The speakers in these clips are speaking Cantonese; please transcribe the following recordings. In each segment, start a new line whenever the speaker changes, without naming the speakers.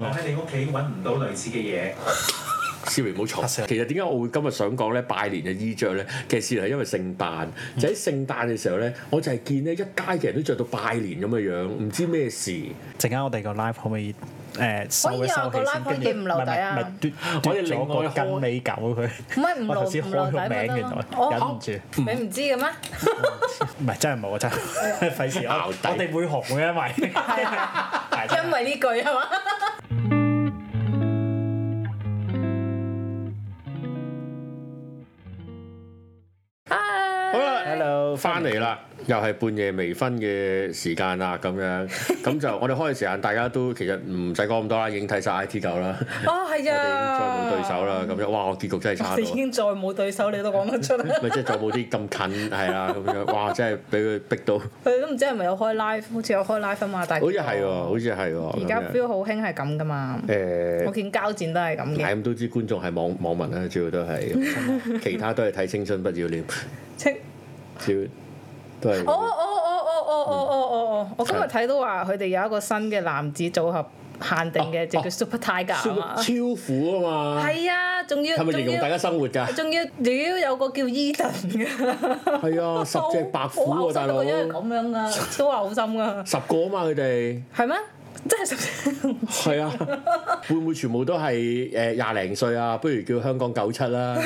你屋企揾唔到類似嘅嘢。
Siri 唔好嘈。其實點解我會今日想講咧拜年嘅衣着咧？其實係因為聖誕，
嗯
就喺聖誕嘅時候咧，我就係見咧一街嘅人都着到拜年咁嘅樣，唔知咩事。
陣間我哋個 live 可唔可以誒
可
收
以
一
啊
收
個
起先？
live 可以
跟住
唔留底啊
唔係唔係嘟嘟
我哋另
咗個
外開
跟尾狗佢。
唔係唔
我
留
頭先
唔
開
留
個名
底咪
原
得
來
咯。
忍唔
哦，
住，
你唔知嘅咩？
唔係真係冇啊真係，費事我
拗底
我哋會紅嘅，因為
係啊，
係真係
因為呢句係嘛？
好啦
Hello，
翻嚟啦，又係半夜微醺嘅時間啦，咁樣 咁就我哋開嘅時間，大家都其實唔使講咁多啦，已經睇晒 I T 九啦，
哦，係
我哋再冇
啊，
對手啦，咁樣哇，我結局真係差
我哋已
到，
經再冇對手，你都講得 出啦。
咪即係再冇啲咁近係啦，咁樣哇，真係俾佢逼到，好
佢都唔知 係咪有開 live，好似有開 live 啊嘛，但係
似係喎，好似係喎，
而家
咁樣
feel 好興係咁噶嘛。
誒
我見交戰都係咁嘅，
係咁都知觀眾係網網民啦，主要都 係，其他都係睇青春不要臉，
即
主要都係。
哦哦哦哦哦哦哦哦哦！我今日睇到話佢哋有一個新嘅男子組合限定嘅，就
哦
叫 Super Tiger 啊嘛。
超苦啊嘛，
係啊，仲要
係咪
仲
形容大
要
家生活㗎？
仲要屌有個叫 Eden 嘅，
係啊，十隻白虎
好
啊，
嘔心
大
啊
佬，
個樣係
十
咁樣啊，超嘔心啊，
個啊嘛，佢哋
係咩？真係十
係 啊，會唔會全部都係誒廿零歲啊？不如叫香港九七啦，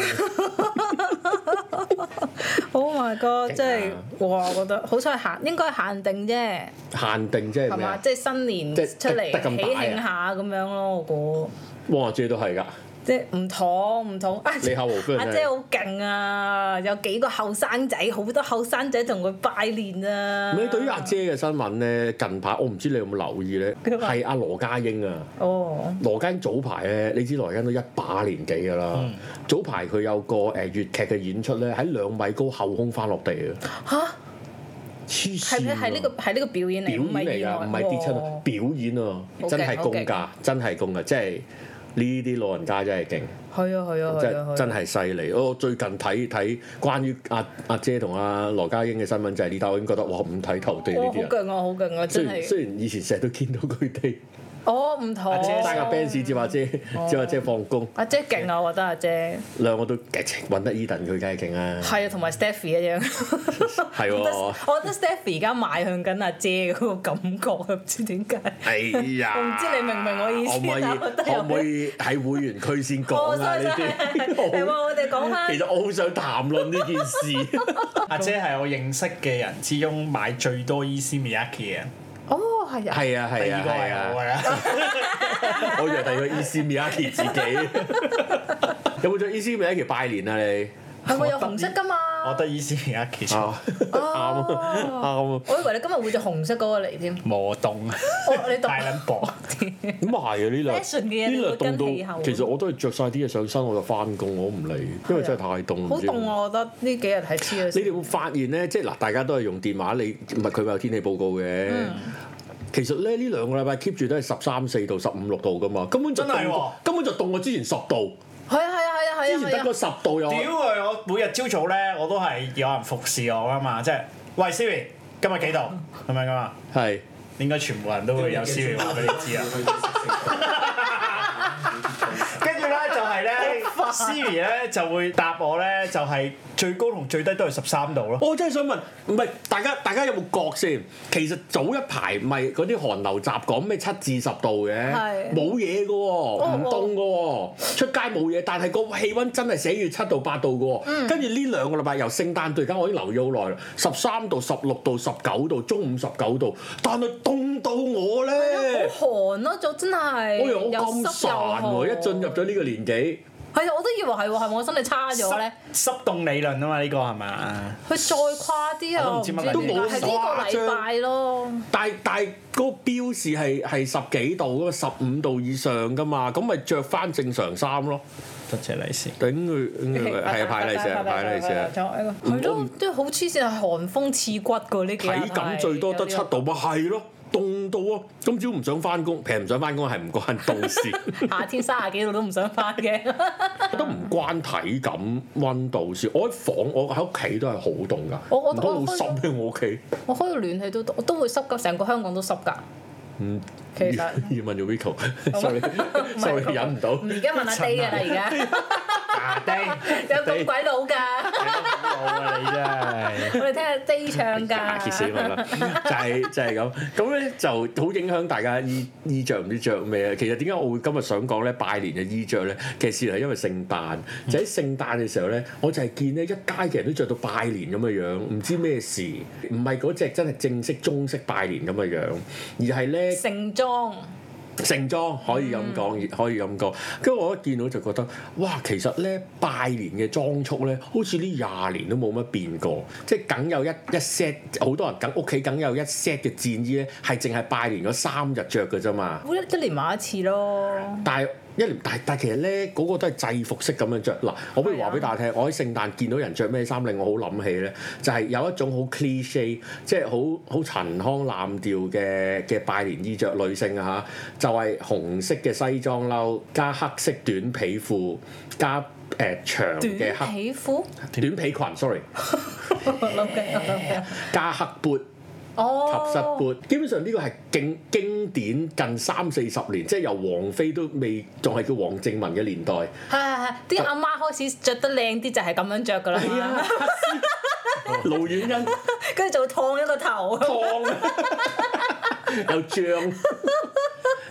，Oh my god！真係哇，我覺得好彩限應該係限定啫，
限定即係
係
咩
嘛？
啊？
即係新年
即係
出
得
嚟
得咁
喜
大啊
慶下咁樣咯，我估。
哇，姐都係㗎，
即係唔妥唔妥，啊
你後無不人
阿姐好勁啊！有幾個後生仔，好多後生仔同佢拜年啊！
你對於阿姐嘅新聞咧，近排我唔知你有冇留意咧，
佢話
係阿羅家英啊。
哦，
羅間早排咧，你知羅間都一把年紀㗎啦。
嗯
早排佢有個呃誒粵劇嘅演出咧，喺兩米高後空翻落地啊！
嚇
黐線
係
啊！
咩？係呢個係呢個表演
表
嚟，
演
唔係哦
嚟
意外
㗎，唔係跌親啊！
喎
表演啊，
好勁
真係功
好
㗎，真係功㗎，即係呢啲老人家真係勁，
係啊係啊
真
係啊
係
係
真
啊！
係犀利。我最近睇睇關於阿阿姐同阿羅家英嘅新聞就係呢單，我已經覺得哇五體投地呢
哇！好
啲人。
勁啊！好勁啊！
雖
真
然
係，
雖然以前成日都見到佢哋，
哦唔妥。
阿姐
揸架 Benz 接阿姐，接阿姐放工。
阿姐勁啊！我覺得阿姐
兩個都勁，揾得 Eden 佢梗係勁啦，
係啊，同埋 Stephy 一樣。
係喎。
我覺得 Stephy 而家邁向緊阿姐嗰個感覺，啊唔知點解。
哎呀！
我唔知你明唔明我意思啊
可唔可以
我覺得有
可唔可以喺會員區先講啊？呢
哦 係喎，
啲
我哋講翻
其。實我好想談論呢件 事。
阿姐係我認識嘅人之中買最多伊斯米亞嘅人，
哦，係啊。
係啊
第
係
二
啊
個
係
係我
啊！
啊。
我以為第二個 E C Miyaki 自己。有冇着 E C Miyaki 拜年啊？你
係咪有紅色㗎嘛？
我得伊斯米亞其
哦
中
啊啱啊啱啊！
我以為你今日會着紅色嗰個嚟添，
磨洞，
哦，你讀
大撚薄。
咁啊係啊！呢兩
Fashion 嘅
呢
嘢
兩
你會跟氣
凍
候
到，其實我都係着晒啲嘢上身，我就翻工，我唔理，因為真係太凍。
好
唔知點
凍啊！我覺得呢幾日係黐
你
咗
哋會發現咧，即係嗱，大家都係用電話，你唔係佢咪有天氣報告嘅。
嗯
其實咧，呢兩個禮拜 keep 住都係十三四度、十五六度噶嘛，根本就凍
真係
過
喎
根本就凍過之前十度，
係啊係啊係啊
之前
係
得
啊
個
係啊！
十度又
屌佢！我每日朝早咧，我都係有人服侍我噶嘛，即係喂 Siri，今日幾度咁樣噶嘛？
係
應該全部人都會有 Siri 話俾你知 啊。跟住咧就係咧，Siri 咧就會答我咧，就係最高同最低都係十三度咯。
我真係想問，唔係大家大家有冇覺先？其實早一排咪嗰啲韓流集講咩七至十度嘅
係，哦
冇嘢嘅喎，唔凍嘅喎，出街冇嘢，但係個氣温真係寫住七度八度嘅
嗯
喎。跟住呢兩個禮拜由聖誕到而家，我已經留意好耐啦，十三度、十六度、十九度、中午十九度，但係凍到我咧，
寒咯，就真係
我以為我
又
咁
濕又
孱
寒
喎，一進入咗呢個年紀，
係啊，我都以為係喎，係咪我心理差咗
濕
咧？
濕凍理論啊嘛，呢個係啊嘛？
佢再誇啲啊！
我都
我
唔
唔
知
知
乜
點
鬼
解
嘢
係呢個禮拜咯，
但係但係嗰個標示係係十幾度㗎嘛，十五度以上㗎嘛，咁咪着翻正常衫咯。
多謝你先。
頂佢， 頂佢係啊派利是，派利是。啊
係咯，即係好黐線，係寒風刺骨㗎呢幾日係。
體感最多得七度咪係咯，凍到啊！今朝唔想翻工，其實唔想翻工係唔關凍 事，
夏天三十幾度都唔想翻嘅。
都唔關體感温度事。我喺房，我喺屋企都係好凍㗎，
我我
唔通
我
好濕咩？我屋企
我開到暖氣都我都會濕㗎，成個香港都濕㗎。
嗯
其實
要問
好
Rico，sorry，sorry 忍唔 到。
而家問阿 Day 㗎啦，而家
啊爹，
有咁鬼老㗎，
好啊你真係。
我哋聽下 Day 唱
啊
㗎。
結死我啦！就係、就係、咁，咁咧就好影響大家衣衣著唔知着咩啊！其實點解我會今日想講咧拜年嘅衣着咧？其實係因為聖誕，就喺聖誕嘅時候咧，我就係見咧一街嘅人都着到拜年咁嘅樣，唔知咩事，唔係嗰隻真係正式中式拜年咁嘅樣，而係咧。
盛裝
盛裝可以咁講，可以咁講。跟住我一見到就覺得，哇！其實咧拜年嘅裝束咧，好似呢廿年都冇乜變過，即係梗有一一 set 好多人梗屋企梗有一 set 嘅戰衣咧，係淨係拜年嗰三日着嘅啫嘛。
一一年買一次咯。
但係一年，但但其實咧，嗰、個都係制服式咁樣着。嗱，我不
啊
如話俾大家聽，我喺聖誕見到人着咩衫，令我好諗起咧，就係、有一種好 cliche，即係好好陳腔濫調嘅嘅拜年衣着，女性啊嚇，就係、紅色嘅西裝褸加黑色短皮褲加誒、呃、長
短
嘅黑
皮褲，
短皮裙，sorry，
我諗緊，我諗緊。
加黑 boot。
哦，
及膝撥，基本上呢個係經經典近三四十年，即係由王菲都未仲係叫王正文嘅年代，
係啊係係，啲阿媽開始着得靚啲就係咁樣着噶啦
哎
嘛，
啊盧婉欣
跟住就燙一個頭。
燙 又脹，啊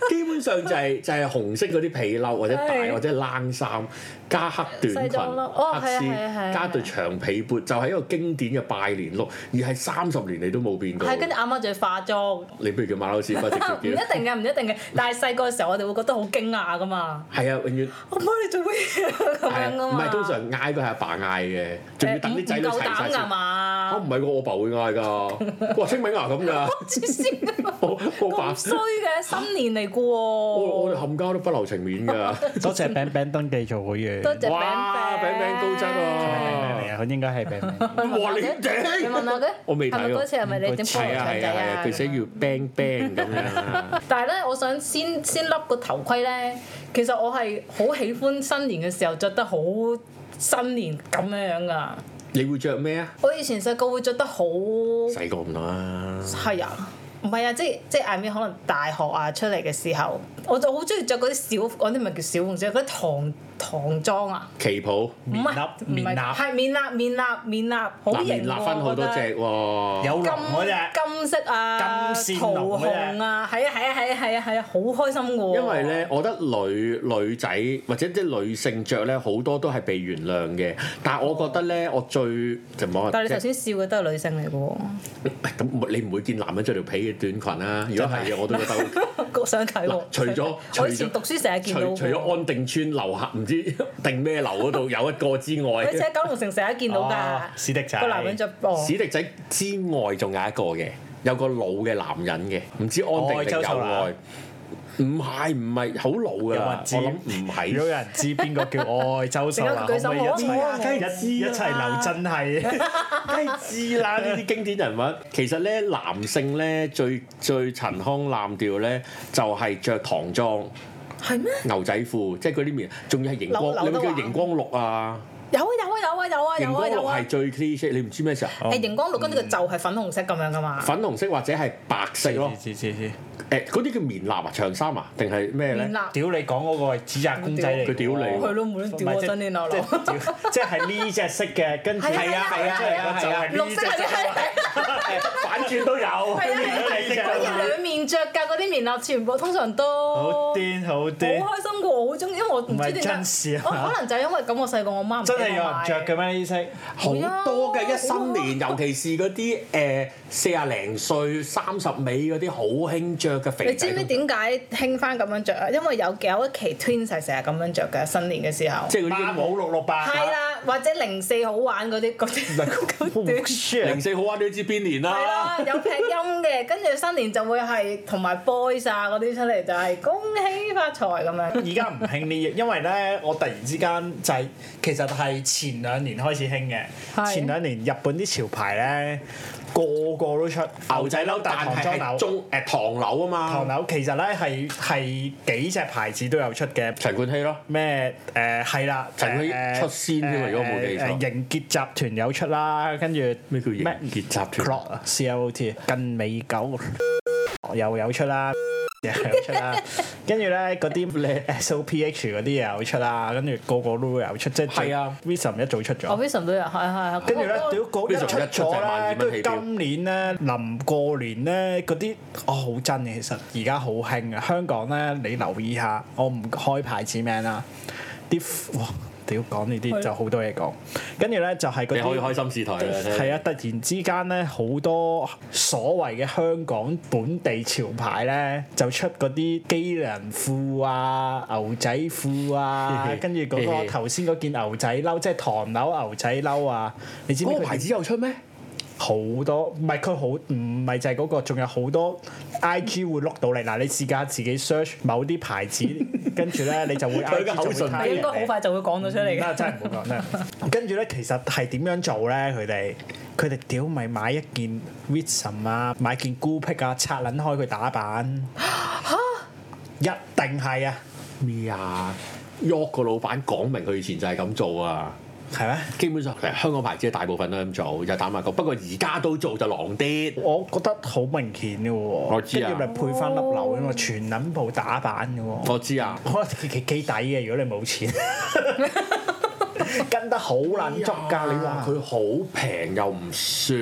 基本上就係、就係、紅色嗰啲皮褸或者大
係
或者冷衫加黑短
西
裙、
裝褸哦
黑
係啊係啊係啊
絲加對長皮撥，就係、一個經典嘅拜年 look，而係三十年你都冇變過。
係，跟住阿媽仲要化妝，
你不如叫馬騮屎忽直
唔一
接
定
叫，
嘅，唔一定嘅。但係細個嘅時候，我哋會覺得好驚訝噶嘛，
係啊，永遠。
我媽你做咩啊咁樣噶
唔
嘛？
係通常嗌都係阿爸嗌嘅，仲要等啲仔女
誒唔唔
齊
夠
晒
膽
先
㗎。嘛
我？唔係喎，我阿爸會嗌㗎。 哇，清明啊咁㗎，
黐線㗎
我我阿爸
咁衰嘅新年嚟嘅
我我哋
喎，
冚家都不留情面 㗎。
多謝餅餅登記做會員。
多謝餅
哇，
餅
餅餅高質
係
啊！
啊，佢應該係餅 餅。
哇，你
你
頂！
問下佢，
我未睇喎
係咪嗰次係咪你點菠蘿
係啊
腸
係
仔
啊係
啊
啊，？佢寫叫 bang bang 咁樣。啊
但係咧，我想先先笠個頭盔咧。其實我係好喜歡新年嘅時候着得好新年咁樣樣噶。
你會着咩啊？
我以前細個會着得好
細個唔得啦。
係啊，唔係啊，即係即係 I mean 可能大學啊出嚟嘅時候，我就好中意着嗰啲小嗰啲咪叫小紅啫，嗰啲唐唐裝啊，
旗袍，
唔
面
係
笠
唔
面
係
笠
係面笠面笠面笠，好
嗱，面
型
立
喎，
分好多
我覺得
隻喎。
有龍嗰
金
只。
金色啊，
金線
桃
龍嗰隻
紅啊，係啊係啊係啊係啊係啊，好開心噶喎！
因為咧，我覺得女女仔或者啲女性着咧，好多都係被原諒嘅。但係我覺得咧，我最就唔好話
但係你
即
頭
係
先笑嘅都係女性嚟嘅
啊 咁，你唔會見男人着條皮嘅短裙啊啦。如果係嘅，我都覺得。
喎，我想睇喎
嗱。除咗
想睇
除咗
我以前讀書成日見
除
到嘅，
除咗安定村樓下唔知定咩樓嗰度有一個之
我
外
以，前喺九龍城成日見到㗎
哦，史迪仔
個男人着薄，
史迪仔之外仲有一個嘅，有個老嘅男人嘅，唔知安定
哦
定
周秀
友
娜
愛。唔係唔係好老㗎
有冇
啦
人，知？
我諗唔係
如。果有人知邊個叫愛周 秀娜，可
陣間佢舉
唔
手啊
可以一齊
我我梗
係
一一
知
齊
啦
留真哦係？
梗係 知啦，呢啲經典人物。其實咧，男性咧最最陳腔濫調咧，就係、着唐裝、
係咩？
牛仔褲，即係嗰啲面，仲要係熒
劉
光，你
劉
有冇
德華
叫熒光綠啊？
有啊有啊有啊有啊
熒
有
光
啊
綠
有啊
係，最 cliche，你唔知咩時候？
係熒光綠，跟住個袖係粉紅色咁樣㗎嘛，
粉紅色或者係白色咯，
嗯
知知知，
誒嗰啲叫棉衲啊、長衫啊，定係咩
面
咧
立？
屌你講嗰個係指甲公仔嚟㗎喎，
佢屌你
佢都冇得
唔
屌
係
我
即
新年流
即
流，
屌即係呢只色嘅，跟住
係啊係啊
係啊係啊，
綠色係係係係
反轉都有，
係啊
呢隻
係啊，可以兩面着㗎嗰啲棉衲，全部通常都
好癲好癲
好，開心噶，我好中意，因為我唔
唔係
知點
真事
解
啊，
我
嘛
可能就係因為咁，我細個我媽唔
真係
俾我
有人
買
着嘅咩呢啲色？
好多嘅一新年，
好
尤其是嗰啲誒四廿零歲、三十尾嗰啲好興着嘅肥仔。
你知唔知點解興翻咁樣着啊？因為有有一期 Twins 係成日咁樣着嘅，新年嘅時候。
即係嗰
八
啊
啲
五六六八，
係啦，或者零四好玩嗰啲嗰啲嗰段。
零四好玩，你都知邊年
係
啦。
啦，有劈音嘅，跟住新年就會係同埋 boys 啊嗰啲出嚟就係恭喜發財咁樣。
而家唔興呢嘢，因為咧，我突然之間就係、其實係前兩年開始興嘅。
係
前兩年日本啲潮牌咧，個個都出
牛仔褸，但
但唐裝
係係
褸。
中誒唐樓啊
唐
嘛，
樓其實咧係係幾隻牌子都有出嘅，
陳冠希咯，
咩誒係啦，
陳
誒
輝出先添啊
誒
如果我冇記錯
誒誒盈傑集團有出啦，跟住
咩叫盈傑集團
Clot C L O T 近美狗又有出啦， 有出啦，跟住咧嗰啲咧 SOPH 嗰啲嘢有出啦，跟住個個都會有出，即係最
係啊
Vism 一早出
我
咗。
Vision 都有，係係係。
跟住咧，
嗰個
屌嗰一出
Vism 一出就係
咗咧，
萬二蚊
跟
起
住
標
今年咧臨過年咧嗰啲，哦好真嘅，其實而家好興啊！香港咧，你留意下，我唔開牌子名啦，啲哇屌講呢啲就好多嘢講，跟住咧就係嗰
你可以
啲。
開心試台啦。聽，
係啊！突然之間咧，好多所謂嘅香港本地潮牌咧，就出嗰啲機能褲啊、牛仔褲啊跟住嗰個頭先嗰件牛仔褸，即係唐樓牛仔褸啊，你知唔
嗰
知
個
佢
牌子有出咩？
好多？唔係佢好，唔係就係嗰個，仲有好多 I G 會碌到你。嗱，你試下自己 search 某啲牌子，跟住咧你就會 I
佢
G
嘅
就
口
會
唇
睇
你
人
應該
哋
好快就會講到出嚟
唔得
嘅。
真係唔好講真係。 跟住咧，其實係點樣做咧？佢哋佢哋屌咪買一件 Wisdom 啊，買件 Gucci 啊，拆撚開佢打板。一定係啊，
咩啊？喐個老闆講明佢以前就係咁做啊！
係咩？
基本上其實香港牌子大部分都咁做，就打埋個。不過而家都做就狼啲。
我覺得好明顯嘅喎，
我知啊
跟住咪配翻粒樓啊嘛，全撚部打板嘅喎。
我知啊，
我覺得幾幾抵嘅，如果你冇 錢，跟得好撚足㗎。你話佢
佢好平又唔算，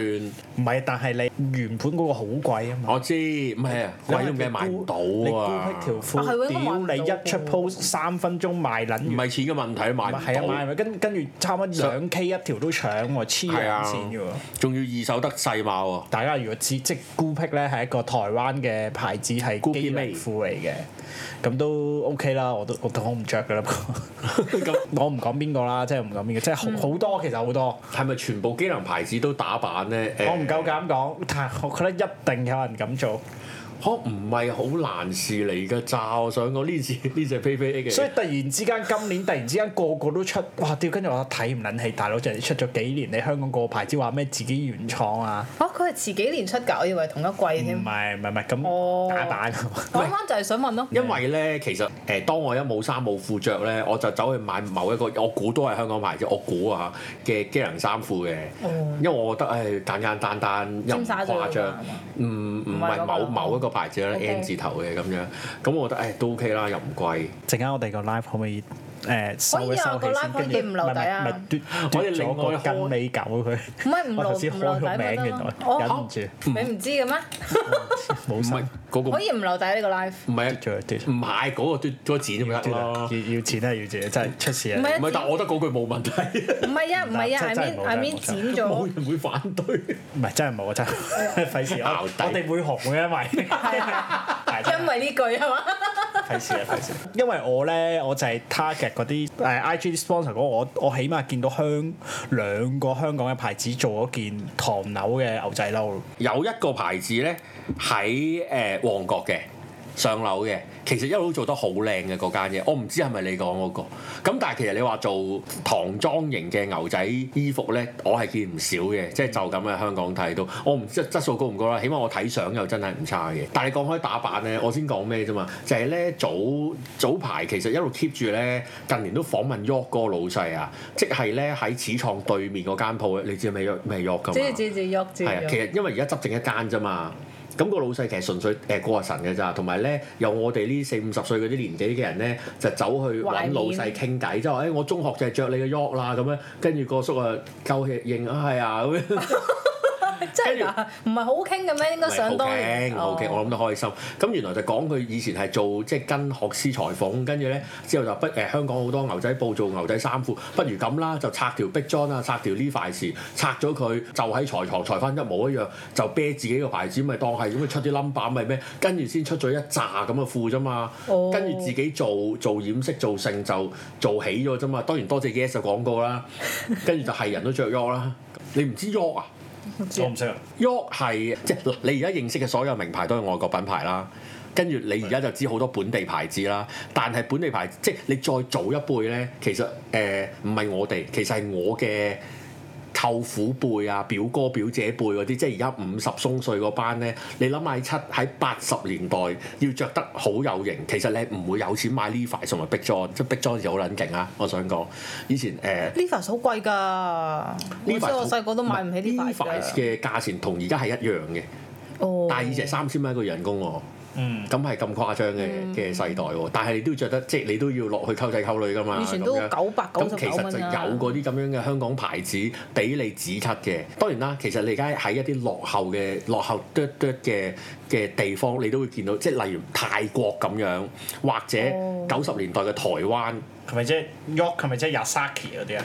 唔係，但係你原本嗰個好貴啊嘛。
我知唔係啊，鬼都咩買唔到啊
你！估條
啊係喎應該買唔
褲，
到
屌你一出 post 三分鐘賣撚
唔
完，
係錢嘅問題，買
係
唔
啊賣
到，
咪跟跟住差唔多兩 K 一條都搶喎，黐
係
撚
啊
線嘅喎。
仲要二手得細碼喎。
大家如果知，即係孤僻咧係一個台灣嘅牌子，係
Gucci
機能
Mate
褲嚟嘅，咁都 OK 啦。我都我都我唔着㗎啦，咁 我唔講邊個啦，即係唔講邊個，即係
嗯
好好多其實好多。
係咪全部機能牌子都打版咧？誒
我唔夠膽講，但係我覺得一定有人咁做，
可唔係好難事嚟㗎咋？我想講呢次 呢只飛飛 A 嘅，
所以突然之間今年突然之間個個都出，哇！屌，跟住我睇唔撚起，大佬就係出咗幾年，你香港個牌子話咩自己原創啊？
嚇哦佢係遲幾年出㗎，我以為同一季
唔
添。
係唔係唔係
哦
咁打啊版，
我啱啱就係想問咯，
因為咧，其實誒、當我一冇衫冇褲着咧，我就走去買某一個，我估都係香港牌子，我估啊嘅機能衫褲嘅，因為我覺得誒、唉簡簡單單又唔
哦尖沙咀嗰個啊
誇張
係嘛，
唔唔
唔係嗰
係
個
某
哦
某一個牌子啦
OK
N 字頭嘅咁樣，咁我覺得誒、唉都 OK 啦，又唔貴，
陣間我哋個 live 可唔可以誒
可
收
以
一
啊
收
個
起
live
先？跟
可以
住
唔留底啊
唔係唔係唔係
我
嘟
哋另
咗
外
個
開
跟尾狗佢，
唔係唔
我頭
留
先
唔
開
留
咗
底咪
名
得
原來
咯？
忍
哦
唔住
你唔知嘅咩？
唔
冇
係
心，
嗰個
可以唔留底呢個 live？
唔係
嘟咗嘟咗
唔係哦嗰個嘟咗剪咪
要
得
嘟啊
咯，
要要錢啊要錢啊，真係出事
唔
啊！
唔係
係
但
啊，
我覺得嗰句冇問題，
唔係啊，唔係啊
真
，I
真
mean
係冇
I
真係
mean 剪
冇真
冇
咗，
人會反對。
唔係真係冇真係 費事，我
淆哦底
我哋會紅嘅，因為 係真係
啊因為呢句係嘛？
費事啊，費事！因為我咧，我就係 target 嗰啲誒 IG sponsor 嗰個，我我起碼見到香兩個香港嘅牌子做咗件唐樓嘅牛仔褸，
有一個牌子咧喺誒旺角嘅上樓嘅，其實一路都做得好靚嘅嗰間嘢，我唔知係咪你講嗰、個。咁但係其實你話做唐裝型嘅牛仔衣服咧，我係見唔少嘅，即係就咁喺香港睇到。我唔知質素高唔高啦，起碼我睇相又真係唔差嘅。但係你講開打扮咧，我先講咩啫嘛，就係、咧早早排其實一路 keep 住咧，近年都訪問 York 嗰個老細啊，即係咧喺始創對面嗰間鋪咧，你知咩 York 咩 York 㗎嘛？
知知知，喐知
係啊，其
喐。
實因為而家執政一間啫嘛。咁個老細其實純粹誒過下神嘅咋，同埋咧有我哋呢四五十歲嗰啲年紀嘅人咧，就走去
懷
揾
念
老細傾偈，即係話哎誒我中學就係着你嘅 York 啦咁樣，跟住個叔啊夠氣應啊係啊咁樣。
真係㗎，唔係好傾嘅咩？應該想當年。哦
好嘅，我諗得開心。咁原來就講佢以前係做即係跟學師裁縫，跟住咧之後就不誒、香港好多牛仔布做牛仔衫褲，不如咁啦，就拆條逼裝啊，拆條呢塊事，拆咗佢就喺裁床裁翻一模一樣，就啤自己個牌子，咪當係咁出啲 number 咪咩，跟住先出咗一紮咁嘅褲啫嘛。
哦
跟住自己做做染色做成就做起咗啫嘛。當然多謝 Yes 嘅廣告啦，跟住就係人都着 York 啦。你唔知 York 啊？
我唔識。啊
York 係即係嗱你而家認識嘅所有名牌都係外國品牌啦，跟住你而家就知好多本地牌子啦。但係本地牌子即係你再早一輩咧，其實誒唔係我哋，其實係我嘅舅父輩啊、表哥表姐輩嗰啲，即係而家五十鬆歲嗰班咧，你諗下喺七喺八十年代要着得好有型，其實你係唔會有錢買 Levi's 同埋 Big John，即係 Big John 就好撚勁啊！我想講以前誒。
呢塊好貴㗎，我知我細個都買唔起呢塊
Levi's
㗎。
嘅價錢同而家係一樣嘅。
哦
但係以前係三千蚊一個人工喎，
嗯，
咁係咁誇張
嗯
嘅嘅世代喎，但係你都要着得，即係你都要落去溝仔溝女噶嘛。
以前都
咁樣
999
咁其實就
蚊
有
啊
嗰啲咁樣嘅香港牌子俾你指出嘅。當然啦，其實你而家喺一啲落後嘅落後嘟嘟嘅嘅地方，你都會見到，即係例如泰國咁樣，或
哦
者九十年代嘅台灣。
係咪即係 York 係咪即係 Yasaki 嗰啲啊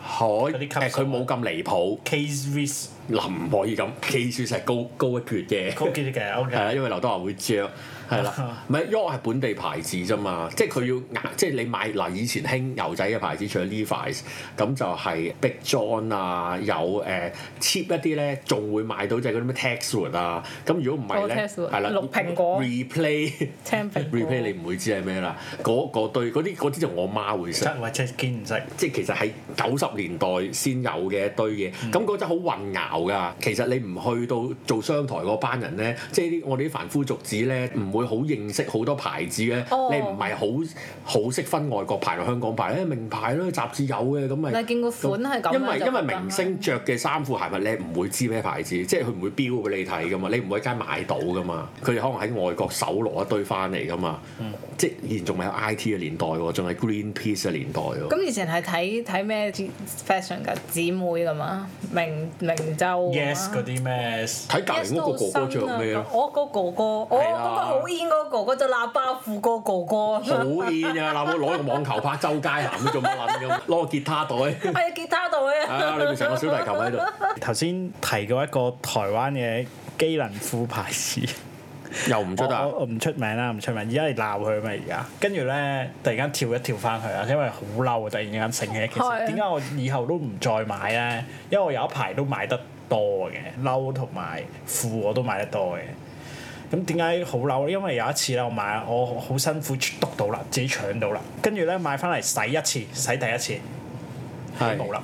海誒
啲級數啊
佢冇咁離譜，
？Case Risk
嗱唔可以咁，技術係高高一橛嘅，
嗰啲嘅
係
，OK，
啦，因為劉德華會着，係啦，唔係因為我係本地牌子啫嘛，即係佢要即係你買嗱以前興牛仔嘅牌子，除咗 Levi's，咁就係 Big John 啊，有誒 cheap 一啲咧，仲會買到就係嗰啲咩 Texwood 啊，咁如果唔係咧，
哦，Texwood，
係啦，
綠蘋果
replay
青蘋果
replay 你唔會知係咩啦，嗰嗰堆嗰啲嗰啲就我媽會識。
真或者見唔識，
即係其實係九十年代先有嘅一堆嘢，咁嗰陣好混淆㗎。其實你唔去到做商台嗰班人咧，即係啲我哋啲凡夫俗子咧，唔會好認識好多牌子嘅，
哦
你唔係好好識分外國牌同香港牌咧，名牌咯，雜誌有嘅咁咪。
但係見個款係咁樣
因為
就
因為
覺得
明星着嘅衫褲鞋襪咧，唔會知咩牌子，即係佢唔會標俾你睇噶嘛，你唔會喺街買到噶嘛。佢哋可能喺外國搜攞一堆翻嚟噶嘛。即係以前仲未有 I T 嘅年代喎，仲係 Greenpeace 嘅年代喎。
咁以前係睇睇咩 fashion 㗎？姊妹㗎嘛，明明州㗎嘛
Yes 嗰啲咩？
睇隔離屋個哥哥着咩咯，
啊
啊
我個哥哥，我
係啦
嗰個好 in 嗰個哥哥就喇叭褲個哥哥，
好 in 啊！嗱，我攞個網球拍周街行都做乜撚 咁，攞個吉他袋，
係吉他度啊！
啊，裏面成個小提琴喺度，
頭先提過一個台灣嘅機能褲牌子。
又唔出啊
我
得
我我唔出名啦，唔出名。而家你鬧佢啊咪而家，跟住咧突然間跳一跳翻去啊，因為好嬲啊！突然間醒起一件
係啊
事，點解我以後都唔再買咧？因為我有一排都買得多嘅，褸同埋褲我都買得多嘅。咁點解好嬲咧？因為有一次咧，我買我好辛苦篤到啦，自己搶到啦，跟住咧買翻嚟洗一次，洗第一次冇
哦係，
粒，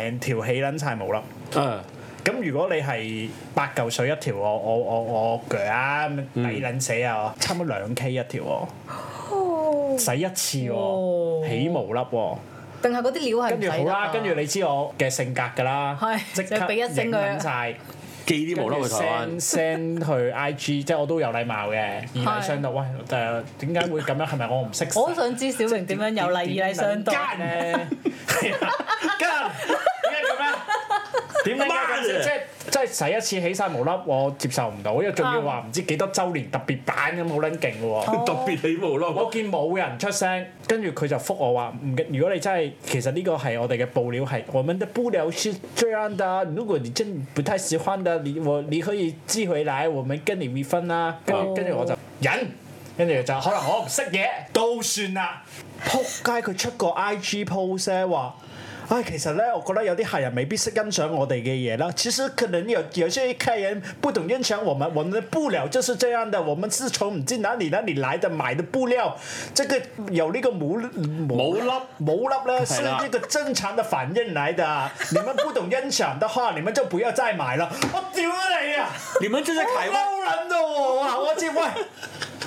成條起撚晒冇粒。
啊，
咁如果你係八嚿水一條，我我我我鋸啊，咁抵撚死啊！差唔多兩 K 一條喎，洗一次
哦
喎，起毛粒喎，
定係嗰啲料係
跟
唔
住
使
好
得
啦
啊，
跟住你知我嘅性格㗎啦
係，
即
就
刻
俾一聲
影
佢
撚晒，
寄啲
跟
無啦
住
去台
send。
灣
send 去 IG，即係我都有禮貌嘅，以禮相待。喂，誒點解會咁樣？係咪我唔識洗？
我好想知小明點樣有禮以禮相待。
咧？係啊跟點解咁咧？
啊
點解咁
媽呀
啫？即係即係洗一次起晒無粒，我接受唔到，因為仲要話唔知幾多週年特別版咁好撚勁嘅喎。
特別起毛咯，
我見冇人出聲，跟住佢就覆我話唔緊。如果你真係其實呢個係我哋嘅布料係我們的布料是這樣的，如果你真不太喜歡的，你我你可以寄回來，我們跟你 refund 啦。跟住跟住我就忍，跟住就可能我唔識嘢都算啦。撲街佢出個 IG post 咧話。唉，其實咧，我覺得有啲客人未必識欣賞我哋嘅嘢啦。其實可能有有些客人不懂欣賞我們，我們的布料就是這樣的，我們是從唔知哪裡哪裡來的買的布料，這個有呢個母母
冇粒
母粒咧
係
是
啦
呢個正常的反應嚟的。你們不懂欣賞的話，你們就不要再買了。我屌你啊！
你們真係
好
台灣，
嬲撚到我啊！我知喂，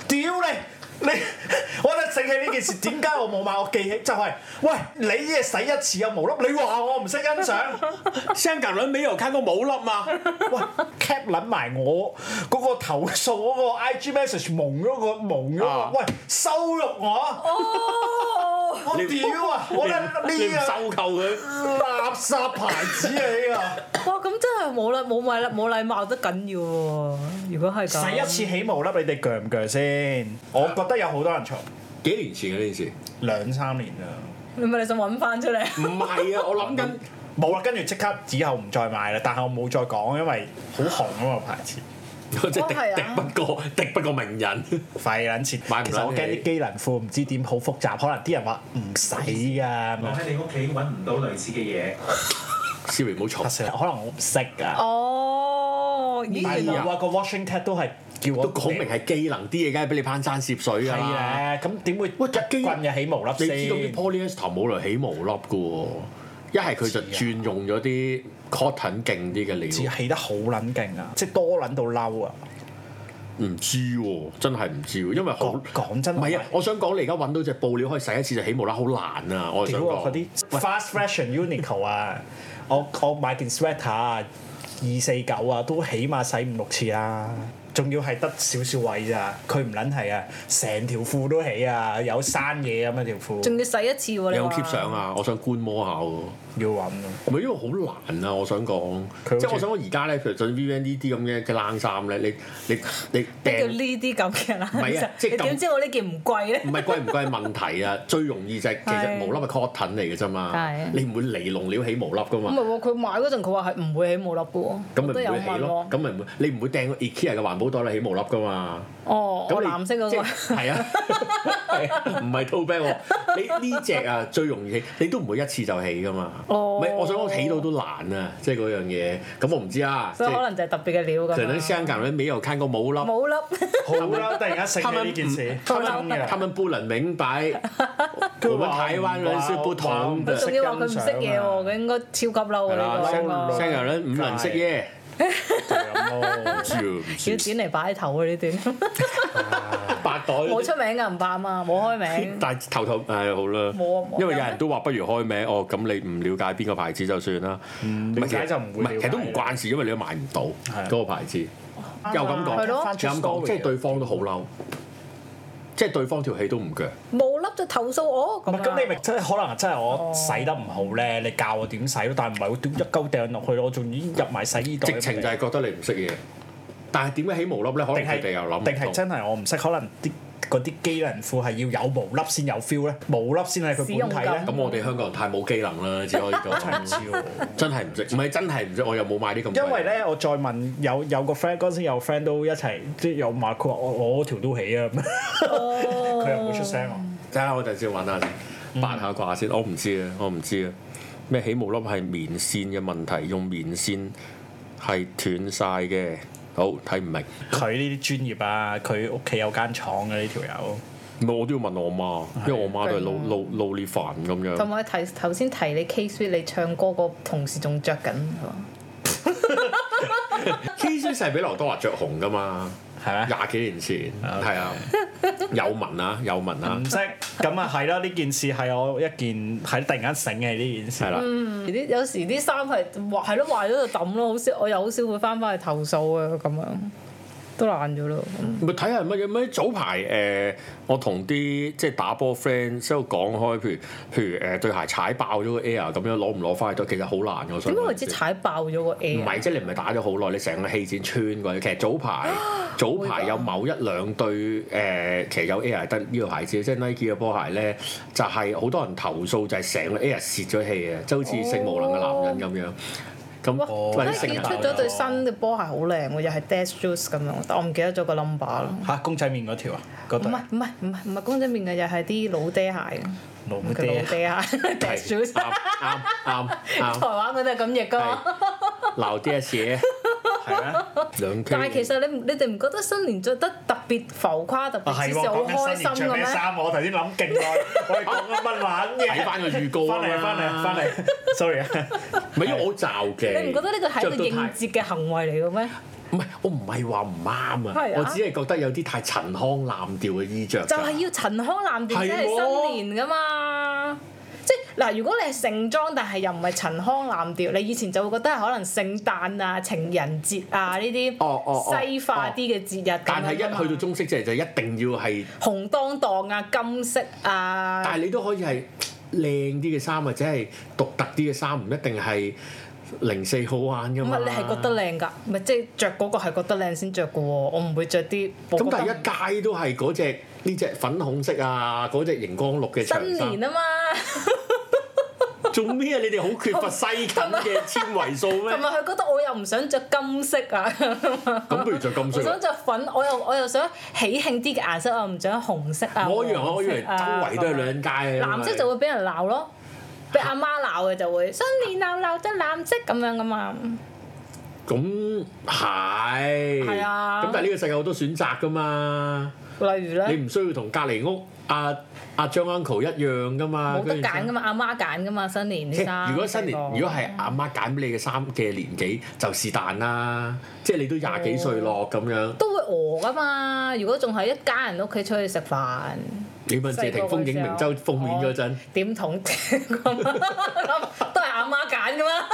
屌你！你我就醒起呢件事，點解我冇買？我記起就係、喂，你嘢洗一次有毛粒，你話我唔識欣賞，
香港人美油卡過冇粒嘛？
喂 cap 撚埋我嗰、個投訴嗰個 IG message 蒙咗個蒙咗
啊
個，喂羞辱我！
哦
我
你
屌啊！我覺得
你唔
呢
收購佢，
個垃圾牌子嚟啊！
哇！咁真係冇禮冇禮冇禮貌得緊要喎。如果係
洗一
咁，
次起毛粒，你哋鋸唔鋸先？我覺得有好多人嘈，
幾年前嘅呢件事，
兩三年啦。
你咪你想揾翻出嚟？
唔係啊，我諗 緊
冇啦，跟住即刻以後唔再買啦。但係我冇再講，因為好紅啊嘛牌子，
即
哦係
係敵
啊
敵不過敵不過名 人，
廢撚切。
買唔撚
其實我驚
起
啲機能褲唔知點好複雜，可能啲人話唔使㗎，
我喺你屋企揾唔到類似嘅嘢。
思維冇
啊可
嘈，
能我唔識㗎。
哦，咦
但
原
係啊
來
我話個 washing tag 都係叫我
哎都講明係機能啲嘢，梗係俾你攀山涉水㗎
係
啦。
咧，咁點會
喂但
一
機
棍就起毛粒
你知道啲
先？
polyester 冇嚟起毛粒嘅喎，一係佢就
啊
轉用咗啲 cotton 勁啲嘅
只
料，
起得好撚勁啊！即係多撚到嬲啊！
唔知喎，真係唔知喎，因為好
講講真
唔係啊！我想講你而家揾到只布料可以洗一次就起毛粒，好難啊！我係
屌
想
啊！
講
嗰啲 fast fashion à. Uniqlo 啊，à, 我我買件 sweater 啊二四九啊，都起碼洗五六次啦。仲要係得少少位咋，佢唔撚係啊，成條褲都起啊，有山嘢咁樣條褲，
仲要洗一次
你
喎，你
有
話
keep 相啊？我想觀摩下喎。
要揾啊
唔係因為好難啊！我想講，
佢好似
即係我想講而家咧，譬如就算 VVN 呢啲咁嘅嘅冷衫咧，你你你
咩叫
訂
呢啲咁嘅啦？
唔係啊即係
你
咁
點知我呢件唔貴咧
唔？係貴唔貴係問題啊！最容易就係其實
係
無粒係 cotton 嚟嘅啫嘛
係，
你唔會尼龍料起無粒噶
唔
嘛，
係喎，佢買嗰陣佢話係唔會起冇粒嘅喎，
咁咪
我都
唔
有
會
問
起咯，
喎。
咁咪唔會你唔會訂個 IKEA 嘅環保袋嚟起無粒噶嘛。
哦，
咁
我
你
藍色嗰
即
個
係。係啊，係啊唔係 tote bag 喎。你呢只啊最容易起，你都唔會一次就起噶嘛。
哦
唔係，我想講起到都難啊，即係嗰樣嘢。咁我唔知啊，即
所以可
係
能就係特別嘅料咁
可能
樣。
香港人沒有看過冇粒。
冇粒，
好啦，突然間醒起呢件事，
他
真
们
嘅
他们不能明白，我們台灣人是不同的
佢。
仲要話佢唔識嘢喎，佢應該超級嬲
啊係啦，
啊！呢個
香
應該
香港人唔能識嘢，
就咁咯
要剪嚟擺頭啊！呢段
八袋嗰啲。
冇出名㗎，唔怕啊嘛，冇 開名。
但係頭頭誒好啦
冇啊，冇
因為有人都話不如開名，哦咁你唔了解邊個牌子就算啦，唔
了嗯解就唔會
係其實都唔關事，因為你都買唔到
係
嗰個牌子，又咁講，
係
又
咯
咁講，即係對方都好嬲，
嗯
即係對方條氣都唔鋸，
冇粒就投訴我
唔
咁
係
啊
咁你咪真係可能真係我洗得唔好咧，你教我點洗咯，但係唔係我點一鳩掟落去咯，我仲要入埋洗衣袋咁
直
嚟。
情就係覺得你唔識嘢。但係點解起毛粒咧？可能
定係
佢哋又諗唔
定係
到。
真係我唔識，可能啲嗰啲機能褲係要有毛粒先有 feel 咧，毛粒先係佢本體咧
使用。
咁我哋香港人太冇機能啦，只可 以 講真係唔識，唔係真係唔識，我又冇買啲咁貴。
因為咧，我再問有有個 friend 嗰陣時有 friend 都一齊，即係有話佢話我我嗰條都起啊，咁佢又冇出聲喎。
睇下我陣先揾下先，八下卦先。我唔知啊，我唔知啊。咩起毛粒係棉線嘅問題，用棉線係斷晒嘅。好睇唔明，
佢呢啲專業啊，佢屋企有間廠嘅呢條友，
唔係我都要問我媽，因為我媽都係撈撈撈呢飯咁
哦
樣。
同埋提頭先提你 K Sweet，你唱歌個同事仲着緊係嘛？
K 書係俾劉德華着紅噶 嘛，
係
廿
咪？
幾年前係啊，有文啊，有文啊
唔，識咁啊，係啦！呢件事係我一件係突然間醒起呢件事
係。啦。
有啲有時啲衫係壞係咯壞咗就抌咯，好少我又好少會翻返去投訴啊咁樣，都爛咗咯。咁
咪睇下係乜嘢咩？早排誒、呃我同啲即係打波 friend 喺度講開，譬如譬如誒、呃、對鞋踩爆咗個 air 咁樣攞唔攞翻去都其實好難嘅。我想
點解
講
會知踩爆咗個 A？
唔係，即係你唔係打咗好耐，你成個氣墊穿過去。其實早排
啊
早排有某一兩對誒、呃其實有 air 係得呢個牌子，即係 Nike 嘅波鞋咧，就係、好多人投訴就係成個 air 泄咗氣啊，即係好似性無能嘅男人咁樣。咁或
哇
者
！Nike
性
出
冷
咗對新嘅波鞋好靚喎，又係 Dash Shoes 咁樣，但我唔記得咗個 number 啦。
嚇公仔麵嗰條啊，嗰
唔
對
係唔係唔係唔係公仔麵嘅，啊又係啲老爹鞋嘅，
老
佢老
爹
爹
係
鞋 Dash Shoes。
啱啱啱
台
啱
灣佢哋係咁譯噶嘛，
係流啲血。
係啊！
兩 K
但係其實你唔你哋唔覺得新年着得特別浮誇、特
啊
別
係
似
喎，
是好
講
開
緊新
心
年
嘅
着咩
咩？
衫？我頭先諗勁耐，我哋講緊乜撚嘢？
睇翻個預告啊
翻
嘛
嚟翻嚟翻嚟，sorry 啊！
唔係因為我罩嘅，
你唔覺得呢個係一個
着到
應
太
節嘅行為嚟嘅咩？
唔係我唔係話唔啱啊
係，啊
我只係覺得有啲太陳腔濫調嘅衣着。
就係要陳腔濫調先係新年噶嘛。即係嗱，如果你係盛裝，但係又唔係陳腔濫調，你以前就會覺得係可能聖誕啊、情人節啊呢
哦哦哦
啲西化啲嘅節日咁樣㗎嘛，啊
但係一去到中式即係就一定要係，
紅當當啊、金色啊，
但係你都可以係靚啲嘅衫，或者係獨特啲嘅衫，唔一定係零四好玩噶
唔
嘛。
係啊你係覺得靚㗎，唔係即係着嗰個係覺得靚先着㗎喎，我唔會着啲。
咁，但
我覺得
係一街都係嗰只呢只粉紅色啊，嗰只熒光綠嘅長
新
衫
年。啊嘛，
做咩啊？你哋好 缺乏細菌嘅纖維素咩
同？埋佢覺得我又唔想着金色啊，
咁不如就咁
我
衰啦
想。着粉，我又我又想喜慶啲嘅顏色，我又唔想紅色啊。
我以為我以為周
黃色啊
圍都係兩街啊，因為
藍色就會俾人鬧咯，俾阿媽鬧嘅就會新年鬧鬧得藍色咁樣噶嘛。
咁係
係啊
咁但係呢個世界好多選擇噶嘛，
例如
你
咧，
唔需要同隔離屋阿阿張 uncle 一樣噶嘛，
冇得揀噶
嘛。
嘛，阿媽揀噶嘛，新年
即
啲
係
衫。
如果新年
細個
如果係阿媽揀俾你嘅衫嘅年紀，就是但啦，即係你都
哦
廿幾歲咯咁樣。
都會餓噶嘛，如果仲係一家人屋企出去食飯，
你問謝霆鋒影明州封面嗰陣，
點桶咁都係阿阿媽揀噶嘛，